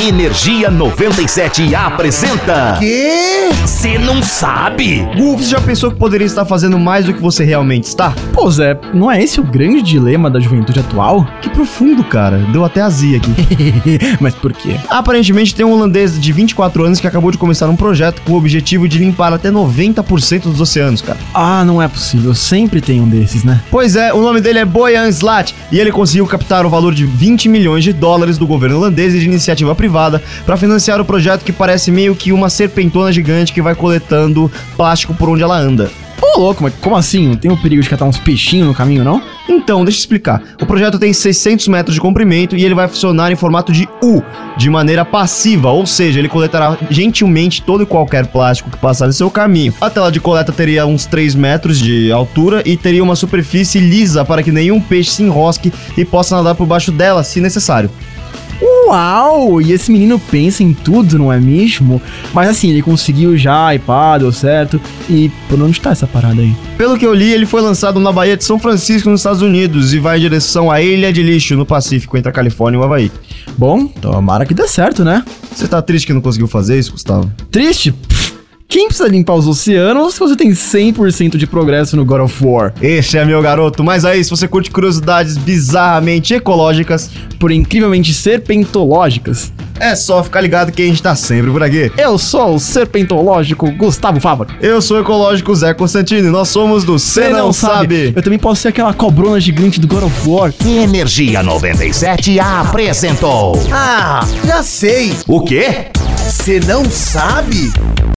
Energia 97 apresenta. Quê? Você não sabe? Gu, você já pensou que poderia estar fazendo mais do que você realmente está? Pô, Zé, não é esse o grande dilema da juventude atual? Que profundo, cara. Deu até azia aqui. Mas por quê? Aparentemente, tem um holandês de 24 anos que acabou de começar um projeto com o objetivo de limpar até 90% dos oceanos, cara. Ah, não é possível. Sempre tem um desses, né? Pois é, o nome dele é Boyan Slat e ele conseguiu captar o valor de 20 milhões de dólares do governo holandês e de iniciativa privada para financiar o projeto que parece meio que uma serpentona gigante que vai coletando plástico por onde ela anda. Ô, louco, mas como assim? Não tem o perigo de catar uns peixinhos no caminho, não? Então, deixa eu explicar. O projeto tem 600 metros de comprimento e ele vai funcionar em formato de U, de maneira passiva, ou seja, ele coletará gentilmente todo e qualquer plástico que passar no seu caminho. A tela de coleta teria uns 3 metros de altura e teria uma superfície lisa para que nenhum peixe se enrosque e possa nadar por baixo dela, se necessário. Uau! E esse menino pensa em tudo, não é mesmo? Mas assim, ele conseguiu já, e pá, deu certo. E por onde tá essa parada aí? Pelo que eu li, ele foi lançado na Baía de São Francisco, nos Estados Unidos, e vai em direção à Ilha de Lixo, no Pacífico, entre a Califórnia e o Havaí. Bom, tomara que dê certo, né? Você tá triste que não conseguiu fazer isso, Gustavo? Triste? Pff, Quem precisa limpar os oceanos se você tem 100% de progresso no God of War? Esse é meu garoto, mas aí, se você curte curiosidades bizarramente ecológicas, Por incrivelmente serpentológicas. é só ficar ligado que a gente tá sempre por aqui. Eu sou o serpentológico Gustavo Fava. Eu sou o ecológico Zé Constantino e nós somos do Cê Não, Sabe. Eu também posso ser aquela cobrona gigante do God of War. Energia 97 apresentou. Ah, já sei. O quê? Você não sabe?